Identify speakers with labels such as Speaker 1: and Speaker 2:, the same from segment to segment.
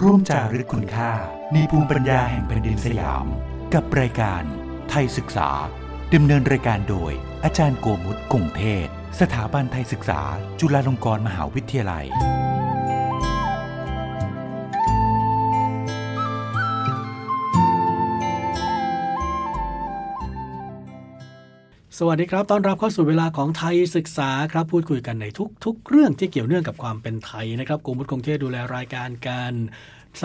Speaker 1: ร่วมจารึกคุณค่า ในภูมิปัญญาแห่งแผ่นดินสยาม กับรายการ ไทยศึกษาดำเนินรายการโดย อาจารย์โกมุตกงเทศ สถาบันไทยศึกษา จุฬาลงกรณ์มหาวิทยาลัย
Speaker 2: สวัสดีครับ ต้อนรับเข้าสู่เวลาของไทยศึกษาครับ พูดคุยกันในทุก ๆ เรื่องที่เกี่ยวเนื่องกับความเป็นไทยนะครับกรมพุทธคงเทศดูแลรายการกัน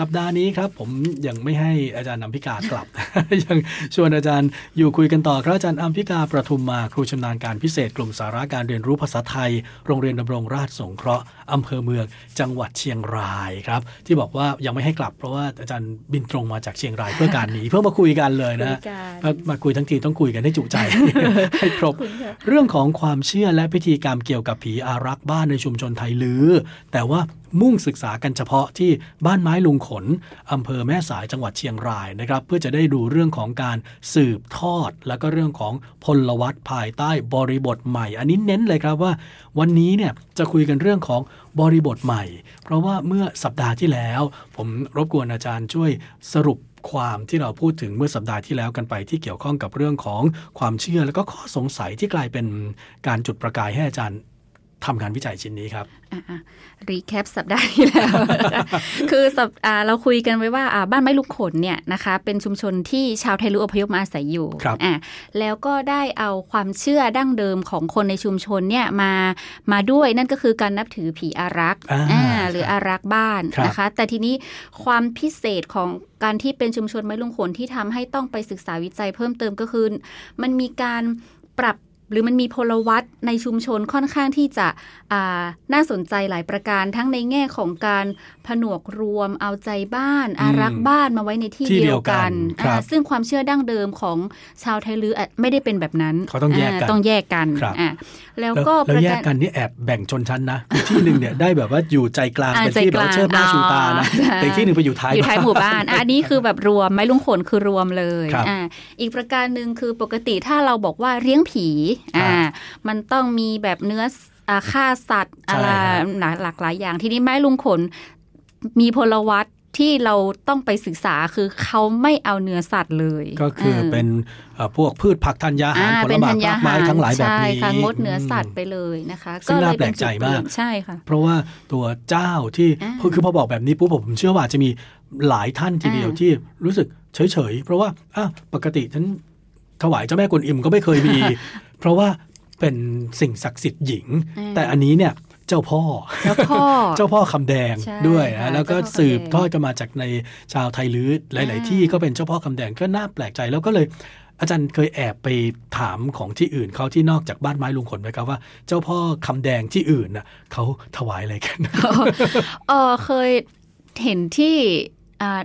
Speaker 2: สัปดาห์นี้ครับ ผมยังไม่ให้อาจารย์อัมพิกากลับ ยังชวนอาจารย์อยู่คุยกันต่อครับอาจารย์อัมพิกาประทุมมาครูชำนาญการพิเศษกลุ่มสาระการเรียนรู้ภาษาไทย โรงเรียนดำรงราชสงเคราะห์อำเภอเมืองจังหวัดเชียงรายครับ ที่บอกว่ายังไม่ให้กลับ เพราะว่าอาจารย์บินตรงมาจากเชียงรายเพื่อการนี้เพื่อมาคุยกันเลยนะ
Speaker 3: คุยกัน
Speaker 2: มามาคุยทั้งทีต้องคุยกันให้ จุใจ ให้ครบ
Speaker 3: คุณค่ะ
Speaker 2: เรื่องของความเชื่อและพิธีกรรมเกี่ยวกับผีอารักษ์บ้านในชุมชนไทยลือ แต่ว่ามุ่งศึกษากันเฉพาะที่บ้านไม้ลุงขนอำเภอแม่สายจังหวัดเชียงรายนะครับ เพื่อจะได้ดูเรื่องของการสืบทอด แล้วก็เรื่องของพลวัตภายใต้บริบทใหม่ อันนี้เน้นเลยครับว่า วันนี้เนี่ยจะคุยกันเรื่องของบริบทใหม่ เพราะว่าเมื่อสัปดาห์ที่แล้ว ผมรบกวนอาจารย์ช่วยสรุป ความที่เราพูดถึงเมื่อสัปดาห์ที่แล้วกันไปที่เกี่ยวข้องกับเรื่องของความเชื่อและก็ข้อสงสัยที่กลายเป็นการจุดประกายให้อาจารย์ทำงานวิจัยชิ้นนี้ครับ
Speaker 3: รีแคปสัปดาห์ที่แล้ว นะคะ คือสัปอ่าเราคุยกันไว้ว่าอ่าบ้านไม้ลูกขนเนี่ยนะคะเป็นชุมชนที่ชาวไทยรู้อพยพมาอาศัยอยู่
Speaker 2: ครับ
Speaker 3: อ่าแล้วก็ได้เอาความเชื่อดั้งเดิมของคนในชุมชนเนี่ยมามาด้วยนั่นก็คือการนับถือผีอารักษ์
Speaker 2: อ่า
Speaker 3: อ่าหรืออารักษ์บ้าน
Speaker 2: ครับ
Speaker 3: นะคะ แต่ทีนี้ความพิเศษของการที่เป็นชุมชนไม้ลุงขนที่ทำให้ต้องไปศึกษาวิจัยเพิ่มเติมก็คือมันมีการปรับหรือมันมีพลวัตในชุมชนค่อนข้างที่จะ อ่าน่าสนใจหลายประการทั้งในแง่ของการผนวกรวมเอาใจบ้าน อารัก
Speaker 2: อืม
Speaker 3: บ้านมาไว้ในที่
Speaker 2: ที่เดี
Speaker 3: เดี
Speaker 2: ย
Speaker 3: ยว ว
Speaker 2: กั
Speaker 3: กัน น
Speaker 2: ครับ
Speaker 3: อ่าซึ่งความเชื่อดั้งเดิมของชาวไทยลืออ่ะไม่ได้เป็นแบบนั้น
Speaker 2: เขาต้องแยกกัน
Speaker 3: ต้องแยกกัน
Speaker 2: ครับ
Speaker 3: อ่าแล้วก็
Speaker 2: แล้ว
Speaker 3: ประ
Speaker 2: แย
Speaker 3: กาก ร
Speaker 2: กันนี่แอบแบ่งชนชั้นนะ คือที่หนึ่งเนี่ย ได้แบบว่าอยู่ใจกลาง
Speaker 3: อ่า
Speaker 2: เป็นที่แบบว่า
Speaker 3: ใจกลาง
Speaker 2: เชิดหน้าชูตานะ
Speaker 3: อ๋อ
Speaker 2: แต่อีกที่หนึ่งไปอยู่ท้าย
Speaker 3: อยู่ท้ายหมู่บ้านอะอันนี้คือแบบรวมไม้ลุงขนคือรวมเลย
Speaker 2: ครับ
Speaker 3: อ่าอีกประการหนึ่งคือปกติถ้าเราบอกว่าเลี้ยงผีอ่า
Speaker 2: ครับ
Speaker 3: มันต้องมีแบบเนื้ออ่าฆ่าสัตว์
Speaker 2: ใช่
Speaker 3: อะไร
Speaker 2: ครับ
Speaker 3: หลายหลากหลายอย่าง ทีนี้ไม้ลุงขนมีพลวัตที่เราต้องไปศึกษาคือเขาไม่เอาเนื้อสัตว์เลย
Speaker 2: ก็คือ
Speaker 3: เ
Speaker 2: เป็นเอ่อพวกพืชผักธัญญาหาร
Speaker 3: อ่า
Speaker 2: ผล
Speaker 3: เป็น
Speaker 2: ไม้
Speaker 3: ธัญญาร
Speaker 2: ากไม้ทั้งหลายแบบ
Speaker 3: ใช่
Speaker 2: นี้
Speaker 3: ค่ะงดเนื้อสัตว์ไปเลยนะคะ
Speaker 2: ซึ่งน่า
Speaker 3: เยเน
Speaker 2: แปลกใจมาก
Speaker 3: จุดเปลี่ยนใช่ค่ะ
Speaker 2: เพราะว่าตัวเจ้าที่
Speaker 3: อ่า
Speaker 2: คือคือพอบอกแบบนี้ปุ๊บผมเชื่อว่าจะมีหลายท่านทีเดียว
Speaker 3: อ่า
Speaker 2: ที่รู้สึกเฉยๆ เพราะว่าอ้าวปกติฉันถวายเจ้าแม่กวนอิมก็ไม่เคยมี เพราะว่าเป็นสิ่งศักดิ์สิทธิ์หญิง
Speaker 3: อืม
Speaker 2: แต่อันนี้เนี่ยเจ้าพ่อ
Speaker 3: แล้วพ่ อ
Speaker 2: เจ้าพ่อคำแดง
Speaker 3: ใช่
Speaker 2: ด้วยนะ
Speaker 3: ค่ะ
Speaker 2: แล้วก็
Speaker 3: เจ้าพ่อคำแดง
Speaker 2: สืบทอดกันมาจากในชาวไทยลื้อหลาย ๆ ที่
Speaker 3: อ่า
Speaker 2: ก็เป็นเจ้าพ่อคำแดงก็น่าแปลกใจแล้วก็เลย อาจารย์เคยแอบไปถามของที่อื่นเขาที่นอกจากบ้านไม้ลุงขนไหมครับว่าเจ้าพ่อคำแดงที่อื่นน่ะเขาถวายอะไรกัน
Speaker 3: เออเคยเห็นที่อ่า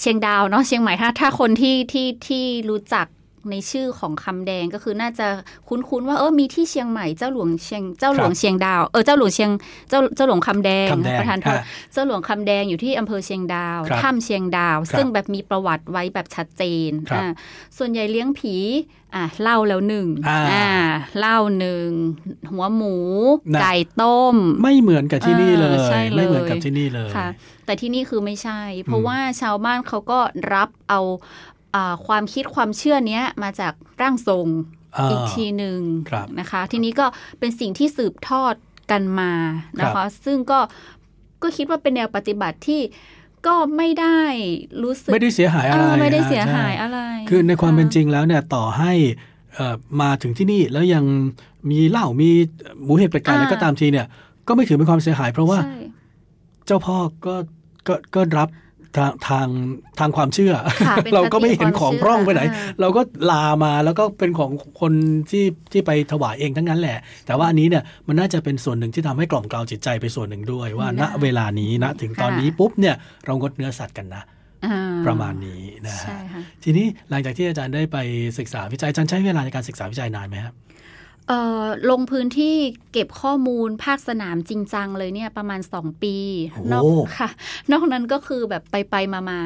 Speaker 3: เชียงดาวเนาะเชียงใหม่ถ้าถ้าคนที่ที่ที่รู้จักในชื่อของคำแดงก็คือน่าจะคุ้นๆว่าเออมีที่เชียงใหม่เจ้าหลวงเชียงเจ้าหลว
Speaker 2: ค
Speaker 3: ง
Speaker 2: รับ
Speaker 3: เชียงดาวเออเจ้าหลวงเชียงเจ้าเจ้าหลวงคำแดง
Speaker 2: คำแดง
Speaker 3: ประธานโทษ
Speaker 2: อ่ะ
Speaker 3: เจ้าหลวงคำแดงอยู่ที่อำเภอเชียงดาว
Speaker 2: ครับ
Speaker 3: ถ้ำเชียงดาว
Speaker 2: ครับ
Speaker 3: ซึ่งแบบมีประวัติไว้แบบชัดเจน
Speaker 2: ครับ
Speaker 3: อ่าส่วนใหญ่เลี้ยงผีอ่ะเหล่าแล้วหนึ่ง
Speaker 2: อ่า
Speaker 3: อ่าเหล่าหนึ่งหัวหมู
Speaker 2: นะ
Speaker 3: ไก่ต้ม
Speaker 2: ไม่เหมือนกับที่นี่เลย
Speaker 3: เออใช่เลย
Speaker 2: ไม่เหมือนกับที่นี่เลย
Speaker 3: ค่ะแต่ที่นี่คือไม่ใช่ เพ
Speaker 2: อืม
Speaker 3: ราะว่าชาวบ้านเขาก็รับเอาอาความคิดความเชื่อเนี้ยมาจากร่างทรง
Speaker 2: า
Speaker 3: อีกทีหนึ่ง
Speaker 2: ครับ
Speaker 3: นะคะ ทีนี้ก็เป็นสิ่งที่สืบทอดกันมานะ
Speaker 2: ครั
Speaker 3: คะ
Speaker 2: บ
Speaker 3: ซึ่งก็ก็คิดว่าเป็นแนวปฏิบัติที่ก็ไม่ได้รู้สึก
Speaker 2: ไม่ได้เสียหาย
Speaker 3: เอ
Speaker 2: อะไร
Speaker 3: อไม่ได้
Speaker 2: นะ
Speaker 3: เสียหาย
Speaker 2: ใช่
Speaker 3: อะไร
Speaker 2: คือในความเป็นจ
Speaker 3: อ
Speaker 2: ริงแล้วเนี่ยต่อให้เอ่อมาถึงที่นี่แล้วยังมีเหล้ามีหมูเห็ดเป็ดไก่
Speaker 3: อ่า
Speaker 2: อะไรก็ตามทีเนี่ย ก็ไม่ถือเป็นความเสียหาย เพราะ
Speaker 3: อ
Speaker 2: ว่า
Speaker 3: ใช่
Speaker 2: เจ้าพ่อก็ก็ก็รับทางทางทางความเชื่อ
Speaker 3: ค่ะเป็น
Speaker 2: เราก็ไม่เห็น
Speaker 3: คติ
Speaker 2: ของพร่องไปไหน
Speaker 3: ความเชื่ออ่า
Speaker 2: เราก็ลามาแล้วก็เป็นของคนที่ที่ไปถวายเองทั้งนั้นแหละ แต่ว่าอันนี้เนี่ยมันน่าจะเป็นส่วนหนึ่งที่ทำให้กล่อมกล่าวจิตใจไปส่วนหนึ่งด้วยว่า ณ
Speaker 3: นะ
Speaker 2: เวลานี้นะถึงตอน
Speaker 3: ค่ะ
Speaker 2: นี้ปุ๊บเนี่ยเรางดเนื้อสัตว์กันนะ
Speaker 3: อ่
Speaker 2: ประมาณนี้นะฮะ
Speaker 3: ใช่ค่ะ
Speaker 2: ทีนี้หลังจากที่อาจารย์ได้ไปศึกษาวิจัยอาจารย์ใช้เวลาในการศึกษาวิจัยนานไหมครับ
Speaker 3: เอ่อลงพื้นที่เก็บข้อมูลภาคสนามจริงจังเลยเนี่ยประมาณ 2 ปี
Speaker 2: โอ้
Speaker 3: นอกค่ะ นอกนั้นก็คือแบบไปไปมามา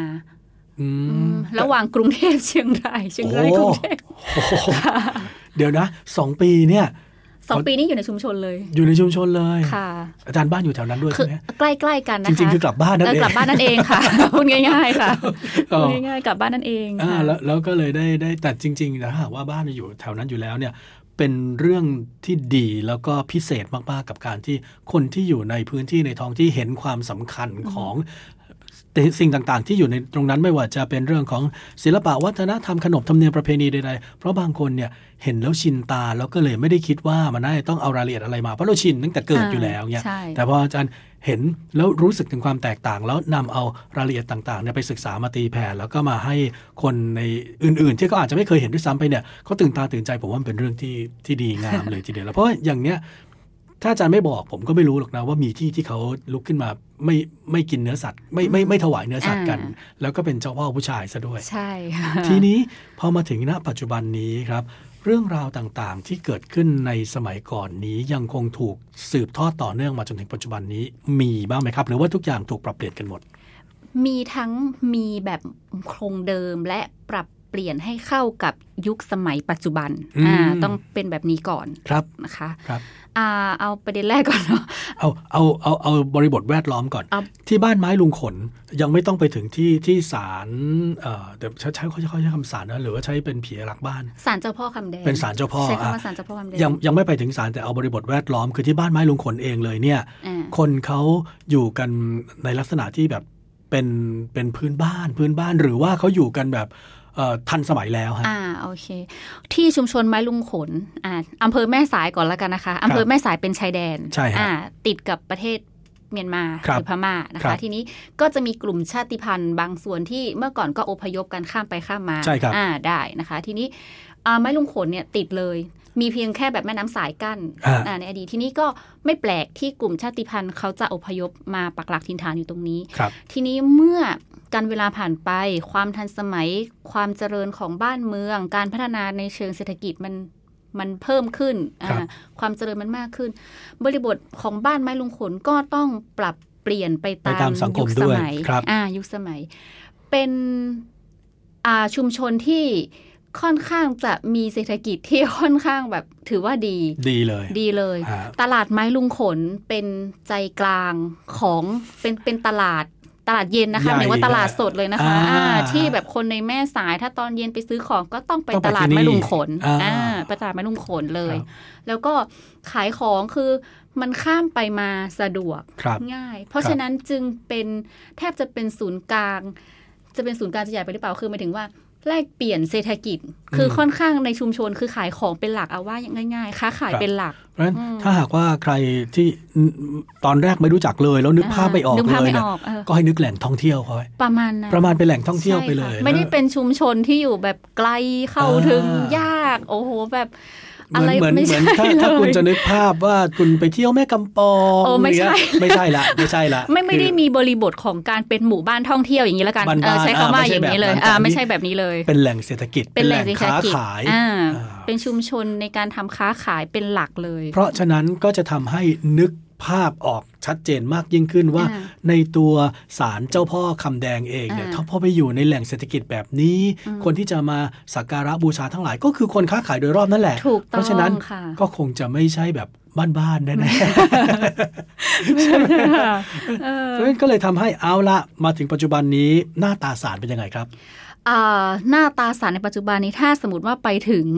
Speaker 2: อื
Speaker 3: ๆอื
Speaker 2: ม
Speaker 3: มระหว่างกรุงเทพเชียงรายเชียงรายกรุงเทพ
Speaker 2: โอ้โหเดี๋ยวนะสองปีเนี่ย
Speaker 3: สองปีนี้อยู่ในชุมชนเลย
Speaker 2: อยู่ในชุมชนเลย
Speaker 3: ค่ะ
Speaker 2: อาจารย์บ้านอยู่แถวนั้นด้วย
Speaker 3: คื
Speaker 2: ใช่
Speaker 3: อ
Speaker 2: ไหม
Speaker 3: ใกล้ๆกัน
Speaker 2: จ
Speaker 3: นะคะ
Speaker 2: ริง ๆ คือกลับบ้านนั่น
Speaker 3: เออ
Speaker 2: เอง
Speaker 3: กลับบ้านนั่นเองค่ะ พูดง่ายๆค่ะ
Speaker 2: อ๋
Speaker 3: พู
Speaker 2: อ
Speaker 3: ดง่ายๆกลับบ้านนั่นเอง
Speaker 2: อ่า
Speaker 3: ค่ะ
Speaker 2: แล้วแล้วก็เลยได้ได้แต่จริงๆนะถ้าหากว่าบ้านอยู่แถวนั้นอยู่แล้วเนี่ยเป็นเรื่องที่ดีแล้วก็พิเศษมากๆกับการที่คนที่อยู่ในพื้นที่ในท้องที่เห็นความสำคัญของสิ่งต่างๆ ที่อยู่ในตรงนั้นไม่ว่าจะเป็นเรื่องของศิลปะวัฒนธรรมขนบธรรมเนียมประเพณีใดๆเพราะบางคนเนี่ยเห็นแล้วชินตาแล้วก็เลยไม่ได้คิดว่ามันน่าจะต้องเอารายละเอียดอะไรมาเพราะเราชินตั้งแต่เกิดอยู่แล้วเนี่ย
Speaker 3: ใช่
Speaker 2: แต่พออาจารย์เห็นแล้วรู้สึกถึงความแตกต่าง แล้วนำเอารายละเอียดต่างๆเนี่ยไปศึกษามาตีแผ่แล้วก็มาให้คนในอื่น ๆ ที่เขาอาจจะไม่เคยเห็นด้วยซ้ำไปเนี่ยเขาตื่นตาตื่นใจผมว่ามันเป็นเรื่องที่ที่ดีงามเลยทีเดียวแล้วเพราะว่าอย่างเนี้ยถ้าอาจารย์ไม่บอกผมก็ไม่รู้หรอกนะว่ามีที่ที่เขาลุกขึ้นมาไม่ไม่กินเนื้อสัตว์ไม่ไม่ไม่ถวายเนื้อสัตว์กัน
Speaker 3: อ่า
Speaker 2: แล้วก็เป็นเจ้าพ่อผู้ชายซะด้วย
Speaker 3: ใช่ค่ะ
Speaker 2: ทีนี้พอมาถึงณปัจจุบันนี้ครับ เรื่องราวต่างๆที่เกิดขึ้นในสมัยก่อนนี้ยังคงถูกสืบทอดต่อเนื่องมาจนถึงปัจจุบันนี้มีบ้างไหมครับ หรือว่าทุกอย่างถูกปรับเปลี่ยนกันหมด
Speaker 3: มีทั้งมีแบบโครงเดิมและปรับเปลี่ยนให้เข้ากับยุคสมัยปัจจุบัน
Speaker 2: อืม
Speaker 3: อ่าต้องเป็นแบบนี้ก่อน
Speaker 2: ครับ
Speaker 3: นะคะ
Speaker 2: ครับ
Speaker 3: อ่าเอาประเด็นแรกก่อนเนาะ
Speaker 2: เอาเอาเอาเอาบริบทแวดล้อมก่อน
Speaker 3: เอา
Speaker 2: ที่บ้านไม้ลุงขนยังไม่ต้องไปถึงที่ที่ศาลเอ่อเดี๋ยวใช้ใช้เขาใช้คำศาลนะหรือว่าใช้เป็นผีหลักบ้าน
Speaker 3: ศาลเจ้าพ่อคำแดง
Speaker 2: เป็นศาลเจ้าพ่อ
Speaker 3: ใช่
Speaker 2: อ่ะ
Speaker 3: คำว่าศาลเจ้าพ่อคำแดง
Speaker 2: ยังยังไม่ไปถึงศาลแต่เอาบริบทแวดล้อมคือที่บ้านไม้ลุงขนเองเลยเนี่ย
Speaker 3: อ่า
Speaker 2: คนเขาอยู่กันในลักษณะที่แบบเป็นเป็นพื้นบ้านพื้นบ้านหรือว่าเขาอยู่กันแบบเอ่อทันสมัยแล้วฮะ
Speaker 3: อ่าโอเค ที่ชุมชนไม้ลุงขนอ่าอำเภอแม่สายก่อนแล้วกันนะคะอำเภอแม่สายเป็นชายแดน
Speaker 2: ใช่ฮะ
Speaker 3: อ่าติดกับประเทศเมียนมา
Speaker 2: ครั
Speaker 3: ห
Speaker 2: บ
Speaker 3: รือพม่านะ
Speaker 2: ครั
Speaker 3: คะ
Speaker 2: บ
Speaker 3: ทีนี้ก็จะมีกลุ่มชาติพันธุ์บางส่วนที่เมื่อก่อนก็อพยพกันข้ามไปข้ามมา
Speaker 2: ใช่ครับ
Speaker 3: อ่าได้นะคะ ทีนี้อ่าไม้ลุงขนเนี่ยติดเลย มีเพียงแค่แบบแม่น้ำสายกั้น
Speaker 2: อ่า
Speaker 3: อ่าในอดีตทีนี้ก็ไม่แปลกที่กลุ่มชาติพันธุ์เขาจะอพยพมาปักหลักถิ่นฐานอยู่ตรงนี้
Speaker 2: ครับ
Speaker 3: ทีนี้เมื่อการเวลาผ่านไป ความทันสมัย ความเจริญของบ้านเมือง การพัฒนาในเชิงเศรษฐกิจมันมันเพิ่มขึ้น
Speaker 2: ครับ
Speaker 3: อ่าความเจริญมันมากขึ้น บริบทของบ้านไม้ลุงขนก็ต้องปรับเปลี่ยนไป
Speaker 2: ไปตามสังคม
Speaker 3: ยุคส
Speaker 2: ด้วย
Speaker 3: มัย
Speaker 2: ครับ
Speaker 3: อ่ายุคสมัย เป็นอ่าชุมชนที่ค่อนข้างจะมีเศรษฐกิจที่ค่อนข้างแบบถือว่าดี
Speaker 2: ดีเลย
Speaker 3: ดีเลย
Speaker 2: ฮะ
Speaker 3: ตลาดไม้ลุงขนเป็นใจกลางของเป็นเป็นตลาดตลาดเย็นนะคะ
Speaker 2: ใหญ่
Speaker 3: หมายว่าตลาดสดเลยนะคะ
Speaker 2: อ่า
Speaker 3: อ่าที่แบบคนในแม่สายถ้าตอนเย็นไปซื้อของก็ต้องไป
Speaker 2: ต้องไป
Speaker 3: ตลาดไม้ลุงขน
Speaker 2: ที่นี่อ่า
Speaker 3: อ่าไปตลาดไม้ลุงขนเลย
Speaker 2: ครับ
Speaker 3: แล้วก็ขายของคือมันข้ามไปมาสะดวก
Speaker 2: ครับ
Speaker 3: ง่าย เพราะ
Speaker 2: ครับ
Speaker 3: ฉะนั้นจึงเป็นแทบจะเป็นศูนย์กลาง จะเป็นศูนย์กลางจะใหญ่ไปหรือเปล่าคือหมายถึงว่าแลกเปลี่ยนเศรษฐกิจ คือค่อนข้างในชุมชนคือขายของเป็นหลักเอาว่าอย่างง่ายๆค้าขายเป็นหลัก
Speaker 2: เพราะฉะนั้น
Speaker 3: อืม
Speaker 2: ถ้าหากว่าใครที่ตอนแรกไม่รู้จักเลยแล้วนึกภาพไม่ออก
Speaker 3: นึกภาพ
Speaker 2: เลย
Speaker 3: ไม่
Speaker 2: เนี่
Speaker 3: อย อกเออ
Speaker 2: ก็ให้นึกแหล่งท่องเที่ยวเขาไว้
Speaker 3: ประมาณนั้น
Speaker 2: ประมาณเป็นแหล่งท่องเที่ยวไปเลย
Speaker 3: ใช่ค่ะไม่ได้เป็นชุมชนที่อยู่แบบไกลเข้า
Speaker 2: อ่า
Speaker 3: ถึงยาก โอ้โหแบบ
Speaker 2: เห
Speaker 3: อะ
Speaker 2: มือน
Speaker 3: ไร
Speaker 2: เหมือน
Speaker 3: ไม่
Speaker 2: เหมือน
Speaker 3: ใช่
Speaker 2: ถ้าถ้าคุณจะ
Speaker 3: เลย
Speaker 2: นึกภาพว่าคุณไปเที่ยวแม่กำปอง
Speaker 3: โอ้ไม่ใช่
Speaker 2: หรือไม่ใช่ละไม่ใช่ละ
Speaker 3: ไม่ไม่ได้
Speaker 2: คือ
Speaker 3: มีบริบทของการเป็นหมู่บ้านท่องเที่ยวอย่างนี้ละกัน
Speaker 2: บ้านๆ
Speaker 3: เออใช้คำ
Speaker 2: อ่า
Speaker 3: ว่า
Speaker 2: ไม่ใช่
Speaker 3: อย่างนี้เลย
Speaker 2: แบบนั้น
Speaker 3: อ่า
Speaker 2: แต่อันนี้
Speaker 3: ไม่ใช่แบบนี้เลย
Speaker 2: เป็นแหล่งเศรษฐกิจ
Speaker 3: เป็นแหล่งเศรษฐ
Speaker 2: ค้า
Speaker 3: กิจ
Speaker 2: ขาย
Speaker 3: อ่า
Speaker 2: อ่า
Speaker 3: เป็นชุมชนในการทำค้าขายเป็นหลักเลย
Speaker 2: เพราะฉะนั้นก็จะทำให้นึกภาพออกชัดเจนมากยิ่งขึ้นว่า
Speaker 3: อ่
Speaker 2: ในตัวสารเจ้าพ่อคำแดงเองเนี่ย
Speaker 3: อ่า
Speaker 2: ถ้าพ่อไปอยู่ในแหล่งเศรษฐกิจแบบนี้
Speaker 3: อืม
Speaker 2: คนที่จะมาสักการะบูชาทั้งหลายก็คือคนค้าขายโดยรอบนั่นแหละ
Speaker 3: ถูกต้อง
Speaker 2: เพราะฉะนั้น
Speaker 3: ค่ะ
Speaker 2: ก็คงจะไม่ใช่แบบบ้านๆแน่
Speaker 3: เอ
Speaker 2: ๆ
Speaker 3: อ
Speaker 2: เพราะฉะนั้นก็เลยทำให้เอาละมาถึงปัจจุบันนี้หน้าตาสารเป็นยังไงครับ
Speaker 3: อ่าหน้าตาสารในปัจจุบันนี้ถ้าสมมติว่าไปถึง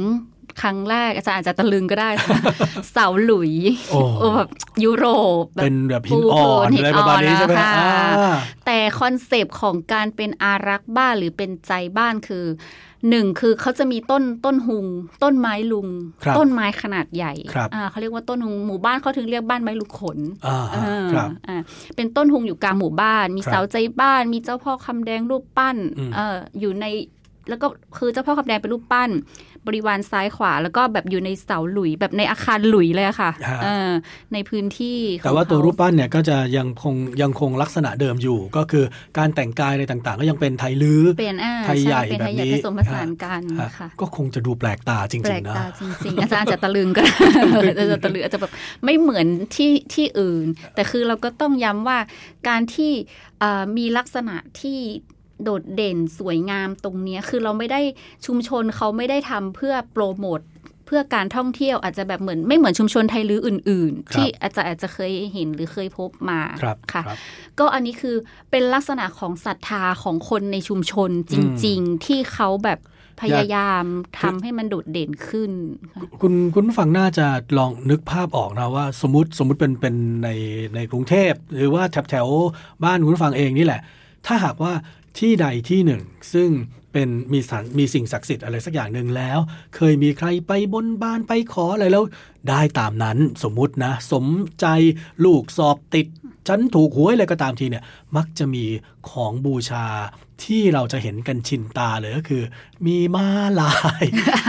Speaker 3: ครั้งแรกอาจารย์อาจจะตะลึงก็ได้ เสาหลุย
Speaker 2: โอ้
Speaker 3: โแบบยุโรปแบบ
Speaker 2: เป็นแบบหิน
Speaker 3: ปู
Speaker 2: อ่อน
Speaker 3: หิน
Speaker 2: อะไรประมาณนี้ใช่ไหม
Speaker 3: อ่อนนะคะ
Speaker 2: อ่า
Speaker 3: แต่คอนเซปต์ของการเป็นอารักษ์บ้านหรือเป็นใจบ้านคือหนึ่งคือเขาจะมีต้นต้นหุง ต้นไม้ลุง
Speaker 2: ครับ
Speaker 3: ต้นไม้ขนาดใหญ่
Speaker 2: ครับ
Speaker 3: อ่าเขาเรียกว่าต้นหุงหมู่บ้านเขาถึงเรียกบ้านไม้ลุกขน
Speaker 2: อ่า
Speaker 3: อ่า
Speaker 2: ครับ
Speaker 3: อ่าเป็นต้นทุงอยู่กลางหมู่บ้าน มี
Speaker 2: ครับ
Speaker 3: เสาใจบ้าน มีเจ้าพ่อคำแดงรูปปั้น
Speaker 2: อืม
Speaker 3: เอออยู่ในแล้วก็คือเจ้าพ่อคำแดงเป็นรูปปั้น บริวารซ้ายขวา แล้วก็แบบอยู่ในเสาหลุยแบบในอาคารหลุยเลยอะค่ะเออในพื้นที่ของ
Speaker 2: แต่ว่าตัว
Speaker 3: เข
Speaker 2: รูปปั้นเนี่ยก็จะยังคงยังคงลักษณะเดิมอยู่ ก็คือการแต่งกายอะไรต่างๆ ก็ยังเป็นไทยลื้อ
Speaker 3: เป็นอ่า
Speaker 2: ไทยใหญ่
Speaker 3: ช่เป็นไทย
Speaker 2: แบบนี้
Speaker 3: ใหญ่ผสมผสานกัน
Speaker 2: ฮะ
Speaker 3: ค่ะ
Speaker 2: ก็คงจะดูแปลกตาจ
Speaker 3: แปล
Speaker 2: ริง
Speaker 3: ก
Speaker 2: ๆนะ
Speaker 3: ตาจริงๆ อาจารย์อาจจะตะลึงก็ อาจจะตะลึงอาจจะแบบไม่เหมือนที่ที่อื่น แต่คือเราก็ต้องย้ำว่าการที่เอ่อมีลักษณะที่โดดเด่นสวยงามตรงเนี้ยคือเราไม่ได้ชุมชนเขาไม่ได้ทำเพื่อโปรโมท เพื่อการท่องเที่ยวอาจจะแบบเหมือนไม่เหมือนชุมชนไทยลืออื่น
Speaker 2: ครับ
Speaker 3: ๆที่อาจจะอาจจะเคยเห็นหรือเคยพบมา
Speaker 2: ครับ
Speaker 3: ค่ะ
Speaker 2: รับ
Speaker 3: ก็อันนี้คือเป็นลักษณะของศรัทธาของคนในชุมชนจริง ๆ ที่เขาแบบพยายามทำให้มันโดดเด่นขึ้นค่ะ
Speaker 2: คุณคุณผู้ฟังน่าจะลองนึกภาพออกนะว่าสมมติสมมติเป็นเป็นในในกรุงเทพ หรือว่าแถบแถวบ้านคุณผู้ฟังเองนี่แหละ ถ้าหากว่าที่ใดที่หนึ่ง ซึ่งเป็นมีสถานมีสิ่งศักดิ์สิทธิ์อะไรสักอย่างหนึ่งแล้ว เคยมีใครไปบนบานไปขออะไรแล้ว ได้ตามนั้นสมมุตินะ สมใจลูกสอบติด ฉันถูกหวยอะไรก็ตามทีเนี่ย มักจะมีของบูชาที่เราจะเห็นกันชินตาเลยก็คือ มีม้าลาย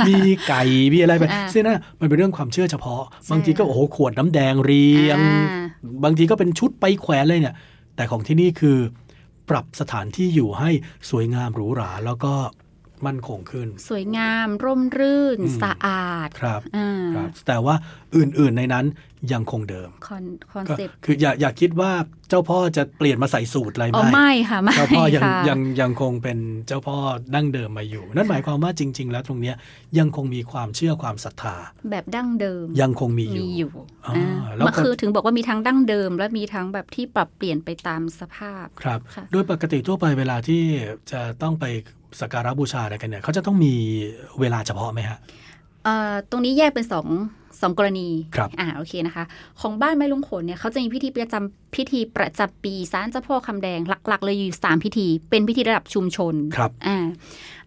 Speaker 2: มีไก่มีอะไรไป
Speaker 3: อ่า
Speaker 2: ซึ่งนั่นมันเป็นเรื่องความเชื่อเฉพาะ
Speaker 3: ใช่
Speaker 2: บางทีก็โอ้โหขวดน้ำแดงเรียง
Speaker 3: อ่า
Speaker 2: บางทีก็เป็นชุดไปแขวนเลยเนี่ย แต่ของที่นี่คือ ปรับสถานที่อยู่ให้สวยงามหรูหราแล้วก็มั่นคงขึ้น
Speaker 3: สวยงาม ร่มรื่น
Speaker 2: อืม
Speaker 3: สะอาด
Speaker 2: ครับ
Speaker 3: อ่า
Speaker 2: ครับ แต่ว่าอื่นๆในนั้นยังคงเดิม
Speaker 3: คอนคอน
Speaker 2: ก็
Speaker 3: เซปต์
Speaker 2: คืออย่าอย่าคิดว่าเจ้าพ่อจะเปลี่ยนมาใส่สูตรอะไร
Speaker 3: อ๋อ
Speaker 2: ไม่
Speaker 3: ไม่ค่ะไม่
Speaker 2: เจ้าพ่อยัง
Speaker 3: ค่ะ
Speaker 2: ยังยังคงเป็นเจ้าพ่อดั้งเดิมมาอยู่ นั่นหมายความว่าจริง ๆ แล้วตรงเนี้ยยังคงมีความเชื่อความศรัทธา
Speaker 3: แบบดั้งเดิม
Speaker 2: ยังคงมีอ
Speaker 3: มี
Speaker 2: ยู่
Speaker 3: อยู่
Speaker 2: อ่า
Speaker 3: อ่า
Speaker 2: แล้ว
Speaker 3: มัน
Speaker 2: ก็
Speaker 3: คือถึงบอกว่ามีทั้งดั้งเดิม และมีทั้งแบบที่ปรับเปลี่ยนไปตามสภาพ
Speaker 2: ครับ
Speaker 3: ค่ะ
Speaker 2: โดยปกติทั่วไปเวลาที่จะต้องไปสักการะบูชาอะไรกันเนี่ยเขาจะต้องมีเวลาเฉพาะไหมฮะ
Speaker 3: เอ่อตรงนี้แยกเป็นสองสองกรณี
Speaker 2: ครับ
Speaker 3: อ่าโอเคนะคะ ของบ้านไม้ลุงขนเนี่ยเขาจะมีพิธีประจำพิธีประจำปีศาลเจ้าพ่อคำแดงหลัก ๆ เลยอยู่สามพิธี เป็นพิธีระดับชุมชน
Speaker 2: ครับ
Speaker 3: อ่า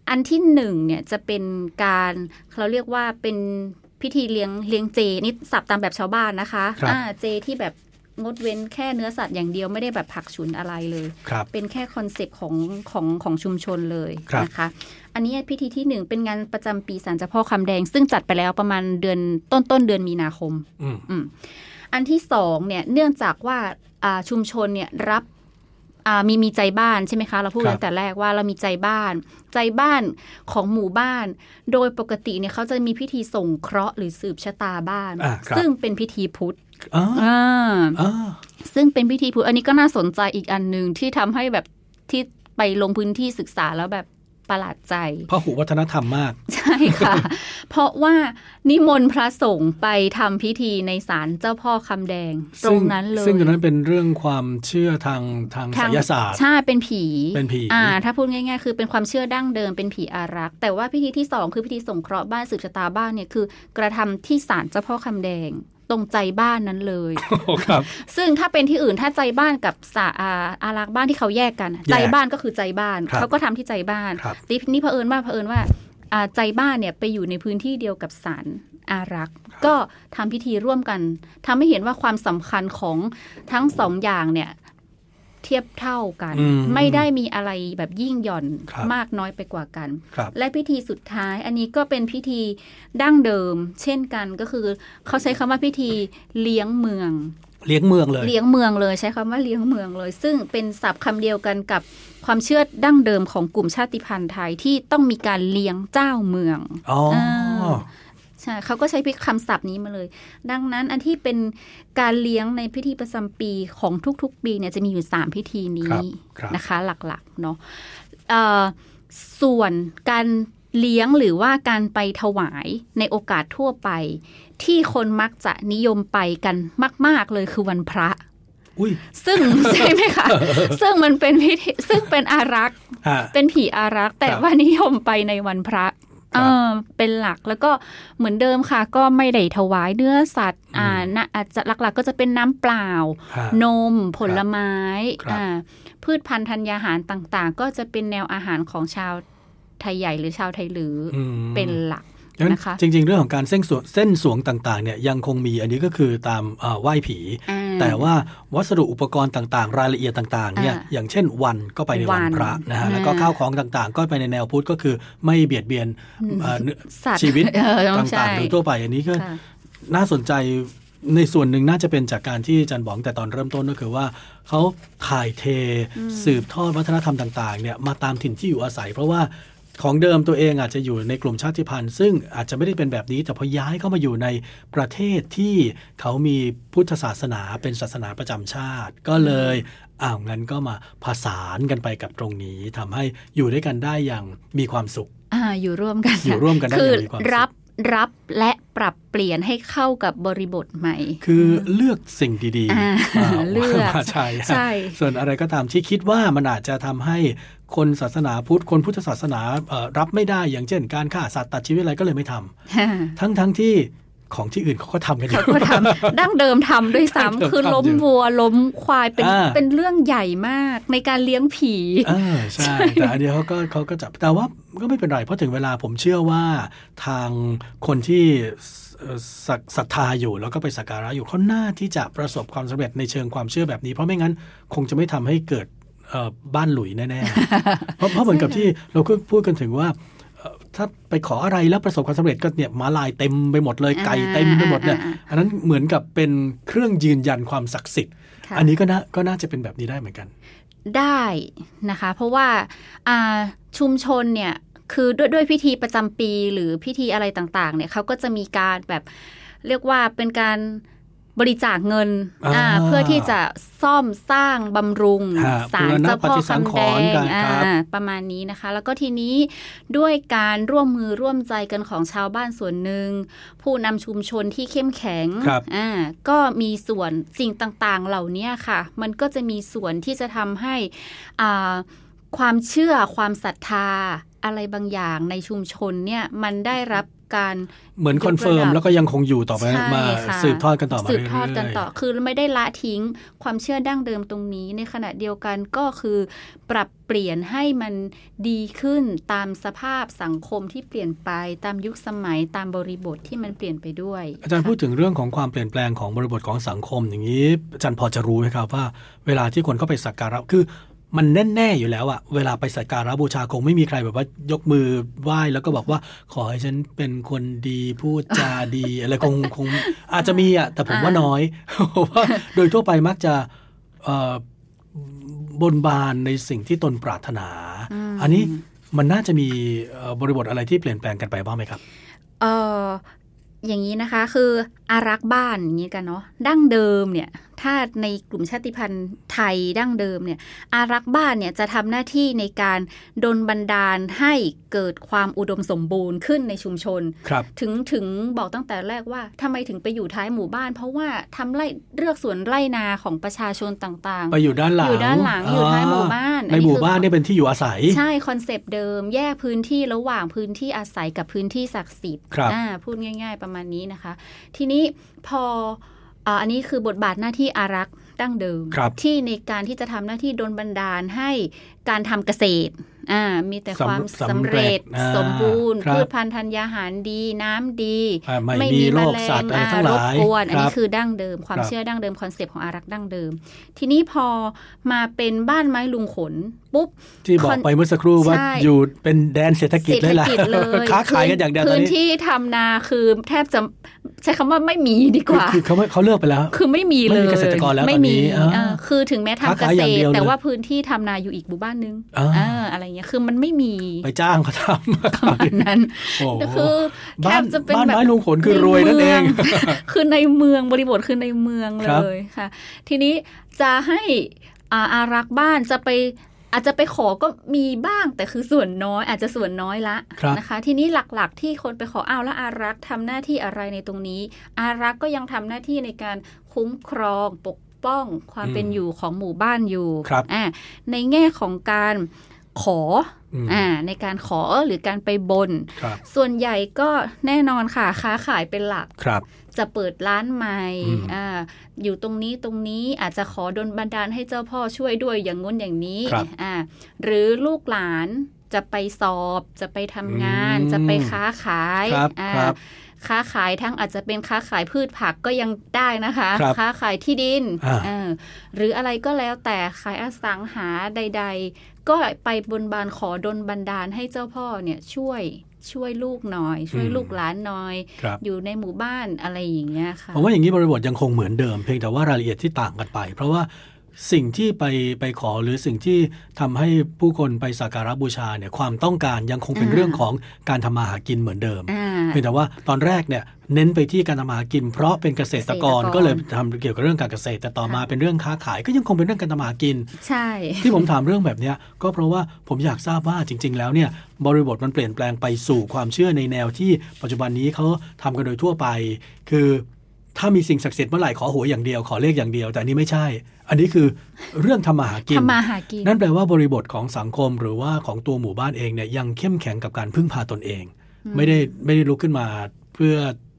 Speaker 3: อันที่หนึ่งเนี่ยจะเป็นการเราเรียกว่าเป็นพิธีเลี้ยงเลี้ยงเจนี่สับตามแบบชาวบ้านนะคะ
Speaker 2: ครับ
Speaker 3: อ่าเจที่แบบงดเว้นแค่เนื้อสัตว์อย่างเดียวไม่ได้แบบผักฉุนอะไรเลย
Speaker 2: ครับ
Speaker 3: เป็นแค่คอนเซปต์ของของของชุมชนเลย
Speaker 2: ครับ
Speaker 3: นะคะ อันนี้พิธีที่หนึ่งเป็นงานประจำปีศาลเจ้าพ่อคำแดง ซึ่งจัดไปแล้วประมาณเดือนต้นต้นเดือนมีนาคม
Speaker 2: อืม
Speaker 3: อันที่สองเนี่ยเนื่องจากว่าอ่าชุมชนเนี่ยรับอ่ามีมีใจบ้านใช่ไหมคะ เราพูด
Speaker 2: ครับ
Speaker 3: ตั้งแต่แรกว่าเรามีใจบ้าน ใจบ้านของหมู่บ้าน โดยปกติเนี่ยเขาจะมีพิธีส่งเคราะห์หรือสืบชะตาบ้าน
Speaker 2: อ่าครับ
Speaker 3: ซึ่งเป็นพิธีพุทธ
Speaker 2: อ๋อ
Speaker 3: อ่า
Speaker 2: อ๋อ
Speaker 3: ซึ่งเป็นพิธีพุทธอันนี้ก็น่าสนใจอีกอันหนึ่งที่ทำให้แบบที่ไปลงพื้นที่ศึกษาแล้วแบบประหลาดใจ
Speaker 2: พหุวัฒนธรรมมาก
Speaker 3: ใช่ค่ะ เพราะว่านิมนต์พระสงฆ์ไปทำพิธีในศาลเจ้าพ่อคำแดง ตรงนั้นเลย
Speaker 2: ซึ่งตรงนั้นเป็นเรื่องความเชื่อทางทาง
Speaker 3: ท
Speaker 2: ไส
Speaker 3: ง
Speaker 2: ยศาสตร์
Speaker 3: ใช่เป็นผี
Speaker 2: เป็นผี
Speaker 3: อ่า ถ้าพูดง่ายๆ คือเป็นความเชื่อดั้งเดิมเป็นผีอารักษ์แต่ว่าพิธีที่สองคือพิธีสงเคราะห์บ้านสืบชะตาบ้านเนี่ยคือกระทำที่ศาลเจ้าพ่อคำแดง ตรงใจบ้านนั้นเลย
Speaker 2: โอ้ครับ
Speaker 3: ซึ่งถ้าเป็นที่อื่นถ้าใจบ้านกับสาอาอารักษ์บ้านที่เขาแยกกันอะ
Speaker 2: แยก
Speaker 3: ใจบ้านก็คือใจบ้าน
Speaker 2: ครับ
Speaker 3: เขาก็ทำที่ใจบ้าน
Speaker 2: ครับ
Speaker 3: นี่นี่เผอิญว่าเผอิญว่าอ่าใจบ้านเนี่ยไปอยู่ในพื้นที่เดียวกับศาลอารักษ์ก็ทำพิธีร่วมกันทำให้เห็นว่าความสำคัญของทั้งสองอย่างเนี่ยเทียบเท่ากัน
Speaker 2: อืม
Speaker 3: ไม่ได้มีอะไรแบบยิ่งหย่อน
Speaker 2: ครับ
Speaker 3: มากน้อยไปกว่ากัน
Speaker 2: ครับ
Speaker 3: และพิธีสุดท้ายอันนี้ก็เป็นพิธีดั้งเดิม เช่นกันก็คือเขาใช้คำว่าพิธีเลี้ยงเมือง
Speaker 2: เลี้ยงเมืองเลย
Speaker 3: เลี้ยงเมืองเลยใช้คำว่าเลี้ยงเมืองเลย ซึ่งเป็นศัพท์คำเดียวกันกับความเชื่อดั้งเดิมของกลุ่มชาติพันธุ์ไทยที่ต้องมีการเลี้ยงเจ้าเมือง
Speaker 2: อ๋ออา
Speaker 3: ใช่เขาก็ใช้คำศัพท์นี้มาเลย ดังนั้นอันที่เป็นการเลี้ยงในพิธีประจำปีของทุกๆ ปีเนี่ยจะมีอยู่ 3 พิธี
Speaker 2: ค
Speaker 3: นี้
Speaker 2: รับครับ
Speaker 3: นะคะหลักๆเนาะเอ่อส่วนการเลี้ยงหรือว่าการไปถวายในโอกาสทั่วไป ที่คนมักจะนิยมไปกันมาก ๆเลยคือวันพระ
Speaker 2: อุ้ย
Speaker 3: ซึ่ง ใช่ไหม คะซึ่งมันเป็นพิธีซึ่งเป็นอารักษ์
Speaker 2: อ่า
Speaker 3: เป็นผีอารักษ์แต่
Speaker 2: ครับ
Speaker 3: ว่านิยมไปในวันพระ
Speaker 2: ครับ
Speaker 3: เออเป็นหลักแล้วก็เหมือนเดิมค่ะ ก็ไม่ได้ถวายเนื้อสัตว์
Speaker 2: อืม
Speaker 3: อ่านะอาจจะหลักๆ ก็จะเป็นน้ำเปล่า
Speaker 2: ฮะ
Speaker 3: นมผลไม้
Speaker 2: ครับ
Speaker 3: อ่าพืชพันธุ์ธัญญาหารต่างๆ ก็จะเป็นแนวอาหารของชาวไทยใหญ่หรือชาวไทยหรืออ
Speaker 2: อืม
Speaker 3: เป็นหลัก
Speaker 2: งั้น
Speaker 3: นะคะ
Speaker 2: จริง ๆ เรื่องของการเส้นสวงเส้นสวงต่างๆเนี่ยยังคงมีอันนี้ก็คือตามเอ่อไหว้ผี
Speaker 3: อ่
Speaker 2: แต่ว่าวัสดุอุปกรณ์ต่างๆ รายละเอียดต่างๆเนี่ย
Speaker 3: อ่า
Speaker 2: อย่างเช่นวันก็ไปในวัน
Speaker 3: วัน
Speaker 2: พระนะฮะ
Speaker 3: อ่า
Speaker 2: แล้วก็ข้าวของต่างๆ ก็ไปในแนวพุทธก็คือไม่เบียดเบียนเอ่อเนื้อ
Speaker 3: สัตว์
Speaker 2: ชีวิต
Speaker 3: เออใช่
Speaker 2: ต่างๆโดยทั่วไปอันนี้ก็
Speaker 3: ค่ะ
Speaker 2: น่าสนใจในส่วนหนึ่งน่าจะเป็นจากการที่อาจันบองแต่ตอนเริ่มต้นก็คือว่า เขาถ่ายเทสืบทอดวัฒนธรรมต่างๆเนี่ยมาตามถิ่นที่อยู่อาศัย เพราะว่าของเดิมตัวเองอาจจะอยู่ในกลุ่มชาติพันธุ์ ซึ่งอาจจะไม่ได้เป็นแบบนี้ แต่พอย้ายเข้ามาอยู่ในประเทศที่เขามีพุทธศาสนาเป็นศาสนาประจำชาติ ก็เลยอ้าวงั้นก็มาผสานกันไปกับตรงนี้ทำให้อยู่ด้วยกันได้อย่างมีความสุข
Speaker 3: อ่าอยู่ร่วมกัน
Speaker 2: อยู่ร่วมกันได้
Speaker 3: คือ
Speaker 2: อย่างมีความสุข
Speaker 3: รับ รับและปรับเปลี่ยนให้เข้ากับบริบทใหม่
Speaker 2: คือเลือกสิ่งดี
Speaker 3: อ่า
Speaker 2: มา
Speaker 3: เลือก
Speaker 2: มาใช้
Speaker 3: ใช่
Speaker 2: ส่วนอะไรก็ตามที่คิดว่ามันอาจจะทำให้คนศาสนาพุทธ คนพุทธศาสนาเอ่อรับไม่ได้อย่างเช่นการฆ่าสัตว์ตัดชีวิตอะไรก็เลยไม่ทำทั้งทั้งที่ของที่อื่นเขาก็ทำกันอยู่
Speaker 3: เขาก็ทำ ดั้งเดิมทำด้วย
Speaker 2: ดั้งเดิม
Speaker 3: ซ้ำคือ
Speaker 2: ทำ
Speaker 3: ล้ม
Speaker 2: อยู่
Speaker 3: วัวล้มควายเป็น
Speaker 2: อ่า
Speaker 3: เป็นเรื่องใหญ่มากในการเลี้ยงผี
Speaker 2: เออใช่ แต่อันเนี้ยเขาก็เขาก็จับแต่ว่าก็ไม่เป็นไรเพราะถึงเวลาผมเชื่อว่าทางคนที่เอ่อศรัศรัทธาอยู่แล้วก็ไปสักการะอยู่เขาหน้าที่จะประสบความสำเร็จในเชิงความเชื่อแบบนี้ เพราะไม่งั้นคงจะไม่ทำให้เกิดเอ่อบ้านหลุยแน่ๆ เพราะเพราะเหมือนกับที่เราก็พูดกันถึงว่าเอ่อถ้าไปขออะไรแล้วประสบความสำเร็จก็เนี่ยมาลายเต็มไปหมดเลยไก่เต็มไปหมดเนี่ย
Speaker 3: อ่าอ่าอ่า
Speaker 2: อันนั้นเหมือนกับเป็นเครื่องยืนยันความศักดิ์สิทธิ์
Speaker 3: ค่ะ
Speaker 2: อันนี้ก็น่าก็น่าจะเป็นแบบนี้ได้เหมือนกัน
Speaker 3: ได้นะคะ เพราะว่าอ่าชุมชนเนี่ยคือด้วยด้วยพิธีประจำปีหรือพิธีอะไรต่างๆเนี่ยเขาก็จะมีการแบบเรียกว่าเป็นการบริจาคเงิน
Speaker 2: อ่า
Speaker 3: อ่าเพื่อที่จะซ่อมสร้างบำรุง
Speaker 2: ฮะ
Speaker 3: ศาลเจ้าพ่
Speaker 2: บูรณป
Speaker 3: อ
Speaker 2: ฏิสังข
Speaker 3: คำแด
Speaker 2: รณ์
Speaker 3: ง
Speaker 2: กัน
Speaker 3: อ่า
Speaker 2: ครับ
Speaker 3: ประมาณนี้นะคะ แล้วก็ทีนี้ด้วยการร่วมมือร่วมใจกันของชาวบ้านส่วนหนึ่ง ผู้นำชุมชนที่เข้มแข็ง
Speaker 2: ครับ
Speaker 3: อ่า ก็มีส่วนสิ่งต่างๆ เหล่านี้ค่ะ มันก็จะมีส่วนที่จะทำให้อ่าความเชื่อความศรัทธาอะไรบางอย่างในชุมชนเนี่ย มันได้รับการ
Speaker 2: เหมือนคอนเฟิร์ม
Speaker 3: ยกระดับ
Speaker 2: แล้วก็ยังคงอยู่ต่อไป
Speaker 3: ใช่
Speaker 2: มา
Speaker 3: ค่ะ
Speaker 2: สืบทอดกันต่อมา
Speaker 3: สื
Speaker 2: เรื่
Speaker 3: บ
Speaker 2: อย
Speaker 3: ทอดกันต่อ คือไม่ได้ละทิ้งความเชื่อดั้งเดิมตรงนี้ ในขณะเดียวกันก็คือ ปรับเปลี่ยนให้มันดีขึ้นตามสภาพสังคมที่เปลี่ยนไปตามยุคสมัยตามบริบทที่มันเปลี่ยนไปด้วย
Speaker 2: อาจารย์
Speaker 3: ค่ะ
Speaker 2: พูดถึงเรื่องของความเปลี่ยนแปลงของบริบทของสังคมอย่างนี้ อาจารย์พอจะรู้ไหมครับว่า เวลาที่คนเข้าไปสักการะคือ มันแน่ๆอยู่แล้วอะเวลาไปสักการะบูชาคงไม่มีใครแบบว่ายกมือไหว้แล้วก็บอกว่า ขอให้ฉันเป็นคนดีพูดจาดี อะไรคงคงอาจจะมีอะแต่ผมว่า
Speaker 3: อ่า
Speaker 2: น้อย เพราะว่าโดยทั่วไปมักจะเอ่อบนบานในสิ่งที่ตนปรารถนา
Speaker 3: ม
Speaker 2: อันนี้มันน่าจะมีเอ่อบริบทอะไรที่เปลี่ยนแปลงกันไปบ้างไหมครับ
Speaker 3: เอออย่างนี้นะคะคืออารักษ์บ้านอย่างนี้กันเนาะดั้งเดิมเนี่ยถ้าในกลุ่มชาติพันธุ์ไทยดั้งเดิมเนี่ยอารักษ์บ้านเนี่ยจะทำหน้าที่ในการดลบันดาลให้เกิดความอุดมสมบูรณ์ขึ้นในชุมชน
Speaker 2: ครับ
Speaker 3: ถึงถึงบอกตั้งแต่แรกว่าทำไมถึงไปอยู่ท้ายหมู่บ้าน เพราะว่าทำไร่เลือกสวนไร่นาของประชาชนต่าง
Speaker 2: ไปอยู่ด้านหลั
Speaker 3: ๆ
Speaker 2: ง
Speaker 3: อยู่ด้านหลังอยู่ท้ายหมู่บ้าน
Speaker 2: ใน
Speaker 3: อั
Speaker 2: หมู่
Speaker 3: คือ
Speaker 2: บ้านเนี่ยเป็นที่อยู่อาศัย
Speaker 3: ใช่คอนเซปต์เดิมแยกพื้นที่ระหว่างพื้นที่อาศัยกับพื้นที่ศักดิ์สิทธิ์
Speaker 2: ครับ
Speaker 3: อ่าพูดง่าย ๆ ประมาณนี้นะคะ ทีนี้พอเอ่ออันนี้คือบทบาทหน้าที่อารักษ์ดั้งเดิม
Speaker 2: ครับ
Speaker 3: ที่ในการที่จะทำหน้าที่ดลบันดาลให้การทำเกษตรอ่ามีแต่ความสำเร็จ
Speaker 2: อ่า
Speaker 3: สมบูรณ์
Speaker 2: ครั
Speaker 3: พื
Speaker 2: บ
Speaker 3: ชพันธุ์ธัญญาหารดีน้ำดี
Speaker 2: อ่าไม่มีโรคสัตว์อะไรทั้งหลาย
Speaker 3: รบกวนอัน
Speaker 2: ครั
Speaker 3: นี้
Speaker 2: บ
Speaker 3: คือดั้งเดิม ความ
Speaker 2: ครับ
Speaker 3: เชื่อดั้งเดิมคอนเซปต์ของอารักษ์ดั้งเดิม ทีนี้พอมาเป็นบ้านไม้ลุงขนปุ๊บ
Speaker 2: ที่บอกไปเมื่อสักครู่ว่า
Speaker 3: ใช่
Speaker 2: อยู่เป็นแดนเศรษฐกิจเลยล่ะ
Speaker 3: ศรษฐกิจเลย
Speaker 2: ค้าขายกันอย่างเดียวตอน
Speaker 3: พื้น
Speaker 2: นี้
Speaker 3: ที่ทำนาคือแทบจะใช้คำว่าไม่มีดีก
Speaker 2: คือ
Speaker 3: ว่า
Speaker 2: คือเขาไม่เขาเลิกไปแล้ว
Speaker 3: คือไม่มี
Speaker 2: ไม่
Speaker 3: เลย
Speaker 2: มีเกษตรกรแล้ว
Speaker 3: ไม่
Speaker 2: ตอน
Speaker 3: มี
Speaker 2: นี้อ่า
Speaker 3: เออคือถึงแม้ทำเก
Speaker 2: ค้าขายอ
Speaker 3: ษ
Speaker 2: ย่าง
Speaker 3: ต
Speaker 2: เดี
Speaker 3: ร
Speaker 2: ยวเลย
Speaker 3: แต่ว่าพื้นที่ทำนาอยู่อีกหมู่บ้านนึง
Speaker 2: อ่า
Speaker 3: เอออะไรเงี้ยคือมันไม่มี
Speaker 2: ไปจ้างเขาทำ
Speaker 3: ประมาณนั้น
Speaker 2: โอ้โห
Speaker 3: คือแท
Speaker 2: บ้า
Speaker 3: บ
Speaker 2: น
Speaker 3: จะเป็น
Speaker 2: บ้าน
Speaker 3: แบบ
Speaker 2: ไม้ลุงขนคือรวยนั่นเอง
Speaker 3: ใมืคือในเมืองบริบทคือในเมือง
Speaker 2: ค
Speaker 3: เล
Speaker 2: รับ
Speaker 3: ยค่ะ ทีนี้จะให้อ่าอารักษ์บ้านจะไปอาจจะไปขอก็มีบ้างแต่คือส่วนน้อยอาจจะส่วนน้อยละ
Speaker 2: ครับ
Speaker 3: นะคะ ทีนี้หลักๆ ที่คนไปขออ้าวแล้วอารักษ์ทำหน้าที่อะไรในตรงนี้ อารักษ์ก็ยังทำหน้าที่ในการคุ้มครองปกป้องความ
Speaker 2: อืม
Speaker 3: เป็นอยู่ของหมู่บ้านอยู่
Speaker 2: ครับ
Speaker 3: อ่าในแง่ของการขอ
Speaker 2: อืม
Speaker 3: อ่าในการขอหรือการไปบน
Speaker 2: ครับ
Speaker 3: ส่วนใหญ่ก็แน่นอนค่ะค้าขายเป็นหลัก
Speaker 2: ครับ
Speaker 3: จะเปิดร้านใหม่
Speaker 2: อืม
Speaker 3: อาอยู่ตรงนี้ตรงนี้อาจจะขอดนบันดาลให้เจ้าพ่อช่วยด้วยอย่างง้นอย่างนี้
Speaker 2: ครับ
Speaker 3: อ่าหรือลูกหลานจะไปสอบ จะไปทำงาน
Speaker 2: อืม
Speaker 3: จะไปค้าขาย
Speaker 2: ครับ
Speaker 3: อ่า
Speaker 2: ครับ
Speaker 3: ค้าขายทั้งอาจจะเป็นค้าขายพืชผักก็ยังได้นะคะ
Speaker 2: ครับ
Speaker 3: ค้าขายที่ดิน
Speaker 2: อ่า
Speaker 3: เออหรืออะไรก็แล้วแต่ขายอสังหาใด ๆ ก็ไปบนบานขอดนบันดาลให้เจ้าพ่อเนี่ยช่วยช่วยลูกหน่อย ช่วยลูกหลานหน่อย
Speaker 2: ครับ
Speaker 3: อยู่ในหมู่บ้านอะไรอย่างเงี้ยค่ะ
Speaker 2: ผมว่าอย่างนี้บริบทยังคงเหมือนเดิมเพียงแต่ว่ารายละเอียดที่ต่างกันไป เพราะว่า สิ่งที่ไปไปขอหรือสิ่งที่ทำให้ผู้คนไปสักการะบูชาเนี่ยความต้องการยังคงเป็น
Speaker 3: อ่า
Speaker 2: เรื่องของการทำมาหากินเหมือนเดิม
Speaker 3: อ่า
Speaker 2: เพียงแต่ว่าตอนแรกเนี่ยเน้นไปที่การทำมาหากิน เพราะเป็นเกษตรกร
Speaker 3: เกษตรกร
Speaker 2: ก็เลยทำเกี่ยวกับเรื่องการเกษตร แต่ต่อมา
Speaker 3: ค่ะ
Speaker 2: เป็นเรื่องค้าขายก็ยังคงเป็นเรื่องการทำมาหากิน
Speaker 3: ใช่
Speaker 2: ที่ผมถามเรื่องแบบเนี้ยก็เพราะว่าผมอยากทราบว่าจริง ๆ แล้วเนี่ยบริบทมันเปลี่ยนแปลงไปสู่ความเชื่อในแนวที่ปัจจุบันนี้เขาทำกันโดยทั่วไป คือถ้ามีสิ่งศักดิ์สิทธิ์เมื่อไหร่ขอหวยอย่างเดียวขอเลขอย่างเดียว แต่อันนี้ไม่ใช่ อันนี้คือเรื่องทำมาหากิน
Speaker 3: ทำมาหากิน
Speaker 2: นั่นแปลว่าบริบทของสังคมหรือว่าของตัวหมู่บ้านเองเนี่ยยังเข้มแข็งกับการพึ่งพาตนเอง
Speaker 3: อืม
Speaker 2: ไม่ได้ไม่ได้ลุกขึ้นมาเพื่อ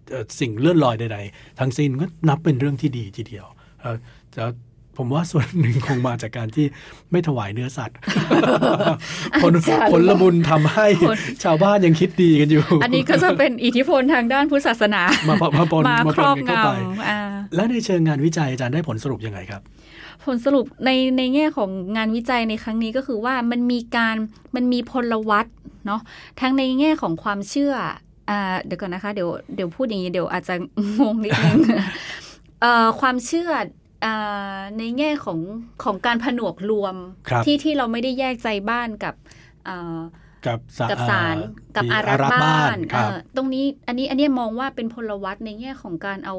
Speaker 2: เอ่อสิ่งเลื่อนลอยใดๆ ทั้งสิ้นก็นับเป็นเรื่องที่ดีทีเดียวเอ่อแต่ผมว่าส่วนหนึ่งคงมาจากการที่ไม่ถวายเนื้อ สัตว์ ผลผลบุญทำให้ชาวบ้านยังคิดดีกันอยู่
Speaker 3: อันนี้ก็จะเป็นอิทธิพลทางด้านพุทธศาสนา
Speaker 2: มาปะมาปน
Speaker 3: มา
Speaker 2: มา
Speaker 3: ค
Speaker 2: ป
Speaker 3: ร
Speaker 2: น
Speaker 3: อบ
Speaker 2: กัน
Speaker 3: ง
Speaker 2: เข้าไป
Speaker 3: ำอ่า
Speaker 2: และในเชิงงานวิจัยอาจารย์ได้ผลสรุปยังไงครับ
Speaker 3: ผลสรุปในในแง่ของงานวิจัยในครั้งนี้ก็คือว่ามันมีการมันมีพลวัตเนาะทั้งในแง่ของความเชื่ออ่าเดี๋ยวก่อนนะคะเดี๋ยวเดี๋ยวพูดอย่างนี้เดี๋ยวอาจจะงงนิดนึง เอ่อความเชื่ออ่าในแง่ของของการผนวกรวม
Speaker 2: ครับ
Speaker 3: ที่ที่เราไม่ได้แยกใจบ้านกับอ่า
Speaker 2: กับสะ
Speaker 3: กับสาร
Speaker 2: อ่
Speaker 3: กับอารัก
Speaker 2: ที่
Speaker 3: ษ์บ้าน
Speaker 2: ครับ
Speaker 3: เอ่อตรงนี้อันนี้อันเนี้ยมองว่าเป็นพลวัตในแง่ของการเอา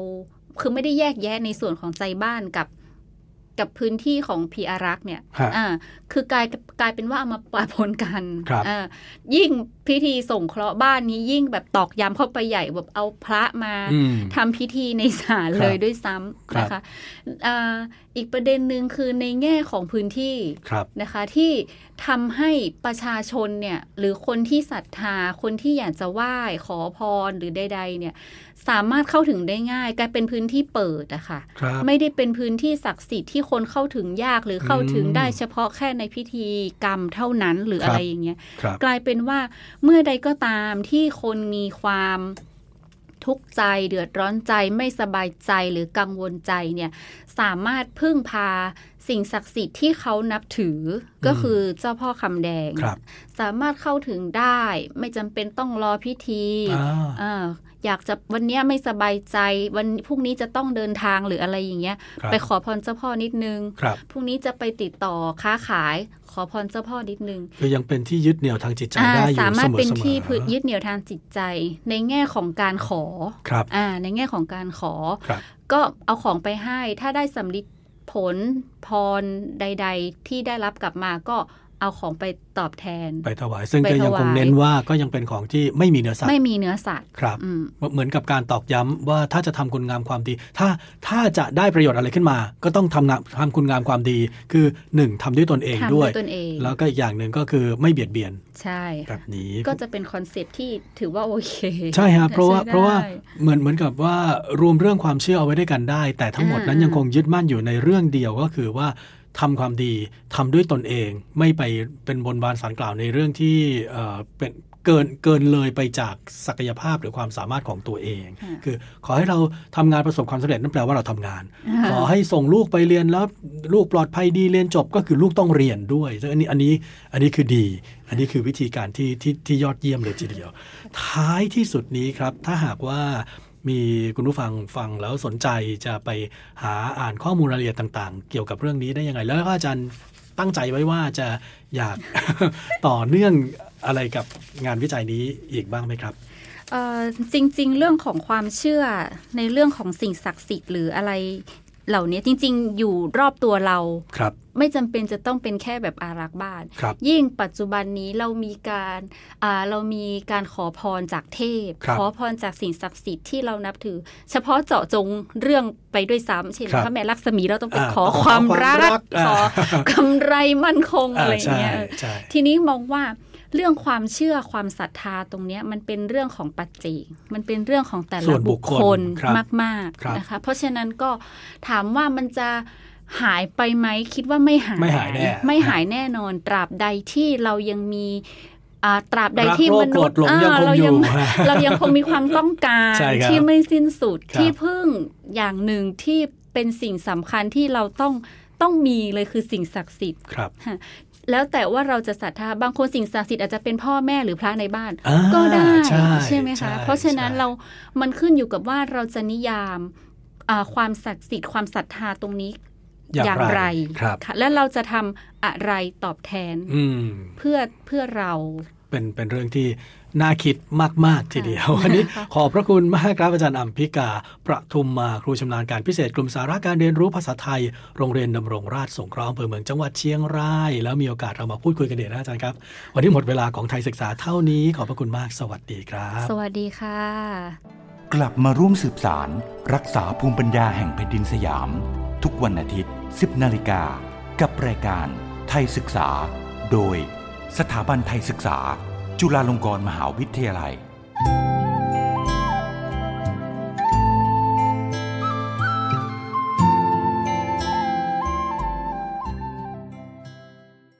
Speaker 3: คือไม่ได้แยกแยะในส่วนของใจบ้านกับ กับพื้นที่ของพีอารักษ์เนี่ย
Speaker 2: ฮะ
Speaker 3: อ่าคือกลายกลายเป็นว่าเอามาปะปนกัน
Speaker 2: ครับ
Speaker 3: อ่ายิ่งพิธีส่งเคราะห์บ้านนี้ยิ่งแบบตอกย้ำเข้าไปใหญ่แบบเอาพระมา
Speaker 2: อืม
Speaker 3: ทำพิธีในศาลเลยด้วยซ้ำนะ
Speaker 2: ครั
Speaker 3: คะ
Speaker 2: บ
Speaker 3: อ่าอีกประเด็นหนึ่งคือในแง่ของพื้นที่
Speaker 2: ครับ
Speaker 3: นะคะที่ทำให้ประชาชนเนี่ยหรือคนที่ศรัทธาคนที่อยากจะไหว้ขอพรหรือใดๆเนี่ยสามารถเข้าถึงได้ง่ายกลายเป็นพื้นที่เปิดอะค่ะ
Speaker 2: ครับ
Speaker 3: ไม่ได้เป็นพื้นที่ศักดิ์สิทธิ์ที่คนเข้าถึงยากหรือเข้าถึง
Speaker 2: อืม
Speaker 3: ได้เฉพาะแค่ในพิธีกรรมเท่านั้นหรือ
Speaker 2: ครับ
Speaker 3: อะไรอย่างเงี้ย
Speaker 2: ครับ
Speaker 3: กลายเป็นว่าเมื่อใดก็ตามที่คนมีความทุกข์ใจเดือดร้อนใจไม่สบายใจหรือกังวลใจเนี่ยสามารถพึ่งพาสิ่งศักดิ์สิทธิ์ที่เขานับถืออก็คือเจ้าพ่อคำแดง
Speaker 2: ครับ
Speaker 3: สามารถเข้าถึงได้ ไม่จำเป็นต้องรอพิธี
Speaker 2: อ่า
Speaker 3: เอ่ออยากจะวันเนี้ยไม่สบายใจวันพรุ่งนี้จะต้องเดินทางหรืออะไรอย่างเงี้ย
Speaker 2: ครับ
Speaker 3: ไปขอพรเจ้าพ่อนิดนึง
Speaker 2: ครับ
Speaker 3: พรุ่งนี้จะไปติดต่อค้าขาย ขอพรเจ้าพ่อนิดนึง
Speaker 2: คือยังเป็นที่ยึดเหนี่ยวทางจิตใจ
Speaker 3: อ่า
Speaker 2: ได้อยู่
Speaker 3: สา
Speaker 2: เส
Speaker 3: มารถ
Speaker 2: มอ
Speaker 3: เป็น
Speaker 2: เสม
Speaker 3: ที่
Speaker 2: อ
Speaker 3: พึ่งยึดเหนี่ยวทางจิตใจ ในแง่ของการขอ
Speaker 2: ครับ
Speaker 3: อ่าในแง่ของการขอ
Speaker 2: ครับ
Speaker 3: ก็เอาของไปให้ ถ้าได้สำลิดผลพรใด ๆ ที่ได้รับกลับมาก็เอาของไปตอบแทน
Speaker 2: ไปถวายซึ่ง
Speaker 3: ไป
Speaker 2: ก็ยังคง
Speaker 3: ถวาย
Speaker 2: เน้นว่าก็ยังเป็นของที่ไม่มีเนื้อสัต
Speaker 3: ไม่
Speaker 2: ว์
Speaker 3: มีเนื้อสัตว์
Speaker 2: ครับ
Speaker 3: อืม
Speaker 2: เหมือนกับการตอกย้ำว่าถ้าจะทำคุณงามความดี ถ้าถ้าจะได้ประโยชน์อะไรขึ้นมา ก็ต้องทำงามทำคุณงามความดี คือหนึ่งทำด้วยตนเอง
Speaker 3: ทำ
Speaker 2: ด้
Speaker 3: ด้
Speaker 2: ว
Speaker 3: วย ยตนเอง
Speaker 2: แล้วก็อีกอย่างหนึ่งก็คือไม่เบียดเบียน
Speaker 3: ใช่
Speaker 2: แบ
Speaker 3: ค่ะ
Speaker 2: บนี้
Speaker 3: ก็จะเป็นคอนเซปต์ที่ถือว่าโอเค
Speaker 2: ใช่ฮะเพราะว่า
Speaker 3: ใช้ได้
Speaker 2: เพราะว่าเหมือนเหมือนกับว่ารวมเรื่องความเชื่อเอาไว้ด้วยกันได้ แต่ทั้งหมด
Speaker 3: อ่า
Speaker 2: นั้นยังคงยึดมั่นอยู่ในเรื่องเดียวก็คือว่าทำความดีทำด้วยตนเอง ไม่ไปเป็นบนบานสารกล่าวในเรื่องที่เอ่อเป็นเกินเกินเลยไปจากศักยภาพหรือความสามารถของตัวเอง
Speaker 3: อ่า
Speaker 2: คือขอให้เราทำงานประสบความสำเร็จนั่นแปลว่าเราทำงาน
Speaker 3: อ่า
Speaker 2: ขอให้ส่งลูกไปเรียนแล้วลูกปลอดภัยดีเรียนจบก็คือลูกต้องเรียนด้วยซึ่งอันนี้อันนี้อันนี้คือดี อันนี้คือวิธีการที่ที่ที่ยอดเยี่ยมเลยทีเดียว ท้ายที่สุดนี้ครับ ถ้าหากว่ามีคุณผู้ฟังฟังแล้วสนใจจะไปหาอ่านข้อมูลรายละเอียดต่าง ๆ เกี่ยวกับเรื่องนี้ได้ยังไง แล้วก็อาจารย์ตั้งใจไว้ว่าจะอยาก ต่อเนื่องอะไรกับงานวิจัยนี้อีกบ้างไหมครับ
Speaker 3: เอ่อจริงๆ เรื่องของความเชื่อในเรื่องของสิ่งศักดิ์สิทธิ์หรืออะไรเหล่านี้จริงๆ อยู่รอบตัวเรา
Speaker 2: ครับ
Speaker 3: ไม่จำเป็นจะต้องเป็นแค่แบบอารักษ์บ้าน
Speaker 2: ครับ
Speaker 3: ยิ่งปัจจุบันนี้เรามีการอ่าเรามีการขอพรจากเทพ
Speaker 2: ครับ
Speaker 3: ขอพรจากสิ่งศักดิ์สิทธิ์ที่เรานับถือ เฉพาะเจาะจงเรื่องไปด้วยซ้ำเช่น
Speaker 2: ครับ
Speaker 3: พระแม่ลักษมีเราต้องไป
Speaker 2: อ่า
Speaker 3: ขอ
Speaker 2: ต้องขอ
Speaker 3: ความรั
Speaker 2: ความรั
Speaker 3: ก
Speaker 2: กอ่า
Speaker 3: ขอกำไรมั่นคงอะไรอ
Speaker 2: ใช่
Speaker 3: ย่างเงี้ย
Speaker 2: ใช่
Speaker 3: ทีนี้มองว่าเรื่องความเชื่อความศรัทธาตรงเนี้ยมันเป็นเรื่องของปัจเจกมันเป็นเรื่องของแต่ละบุคคลมาก
Speaker 2: ครับ
Speaker 3: ๆนะคะเพราะฉะนั้นก็ถามว่ามันจะหายไปไหมคิดว่าไม่หาย
Speaker 2: ไม่หายแน่
Speaker 3: ไม่หายแน่นอน ตราบใดที่เรายังมีอ่าตราบใด
Speaker 2: รัก
Speaker 3: ที่
Speaker 2: โล
Speaker 3: ม
Speaker 2: ภ
Speaker 3: นุ
Speaker 2: โกร
Speaker 3: ษ
Speaker 2: ธ
Speaker 3: ย์
Speaker 2: หลง
Speaker 3: อ่า
Speaker 2: ยังคง
Speaker 3: เรา
Speaker 2: อยู่
Speaker 3: ยัง เรายังคงมีความต้อง การ
Speaker 2: ใช่ครับ
Speaker 3: ที่ไม่สิ้นสุด
Speaker 2: ครับ
Speaker 3: ที่พึ่งอย่างหนึ่งที่เป็นสิ่งสำคัญที่เราต้องต้องมีเลยคือสิ่งศักดิ์สิทธิ์
Speaker 2: ครับ
Speaker 3: แล้วแต่ว่าเราจะศรัทธาบางคนสิ่งศักดิ์สิทธิ์อาจจะเป็นพ่อแม่หรือพระในบ้าน
Speaker 2: อ่า
Speaker 3: ก็ได้
Speaker 2: ใช่
Speaker 3: ไหม
Speaker 2: ใช่
Speaker 3: คะ เพราะฉะนั้น
Speaker 2: ใช่
Speaker 3: เรา มันขึ้นอยู่กับว่าเราจะนิยามอ่าความศักดิ์สิทธิ์ความศรัทธาตรงนี้
Speaker 2: อย่าง
Speaker 3: อย่างไร
Speaker 2: ครับ
Speaker 3: ค่ะแล้วเราจะทำอะไรตอบแทน
Speaker 2: อืม
Speaker 3: เพื่อเพื่อเรา
Speaker 2: เป็นเป็นเรื่องที่น่าคิดมาก ๆ ทีเดียว
Speaker 3: ค่ะ
Speaker 2: วันนี้
Speaker 3: ค่ะ
Speaker 2: ขอบพระคุณมากครับอาจารย์อัมพิกา ประทุมมาครูชำนาญการพิเศษกลุ่มสาระการเรียนรู้ภาษาไทย โรงเรียนดำรงราชสงเคราะห์อำเภอเมืองจังหวัดเชียงราย แล้วมีโอกาสเรามาพูดคุยกันเดี๋ยวนะอาจารย์ครับ วันนี้หมดเวลาของไทยศึกษาเท่านี้ ขอบพระคุณมากสวัสดีครับ
Speaker 3: สวัสดีค่ะ
Speaker 1: กลับมาร่วมสืบสาร รักษาภูมิปัญญาแห่งแผ่นดินสยาม ทุกวันอาทิตย์ 10 นาฬิกา กับรายการไทยศึกษา โดย สถาบันไทยศึกษา จุฬาลงกรณ์มหาวิทยาลัย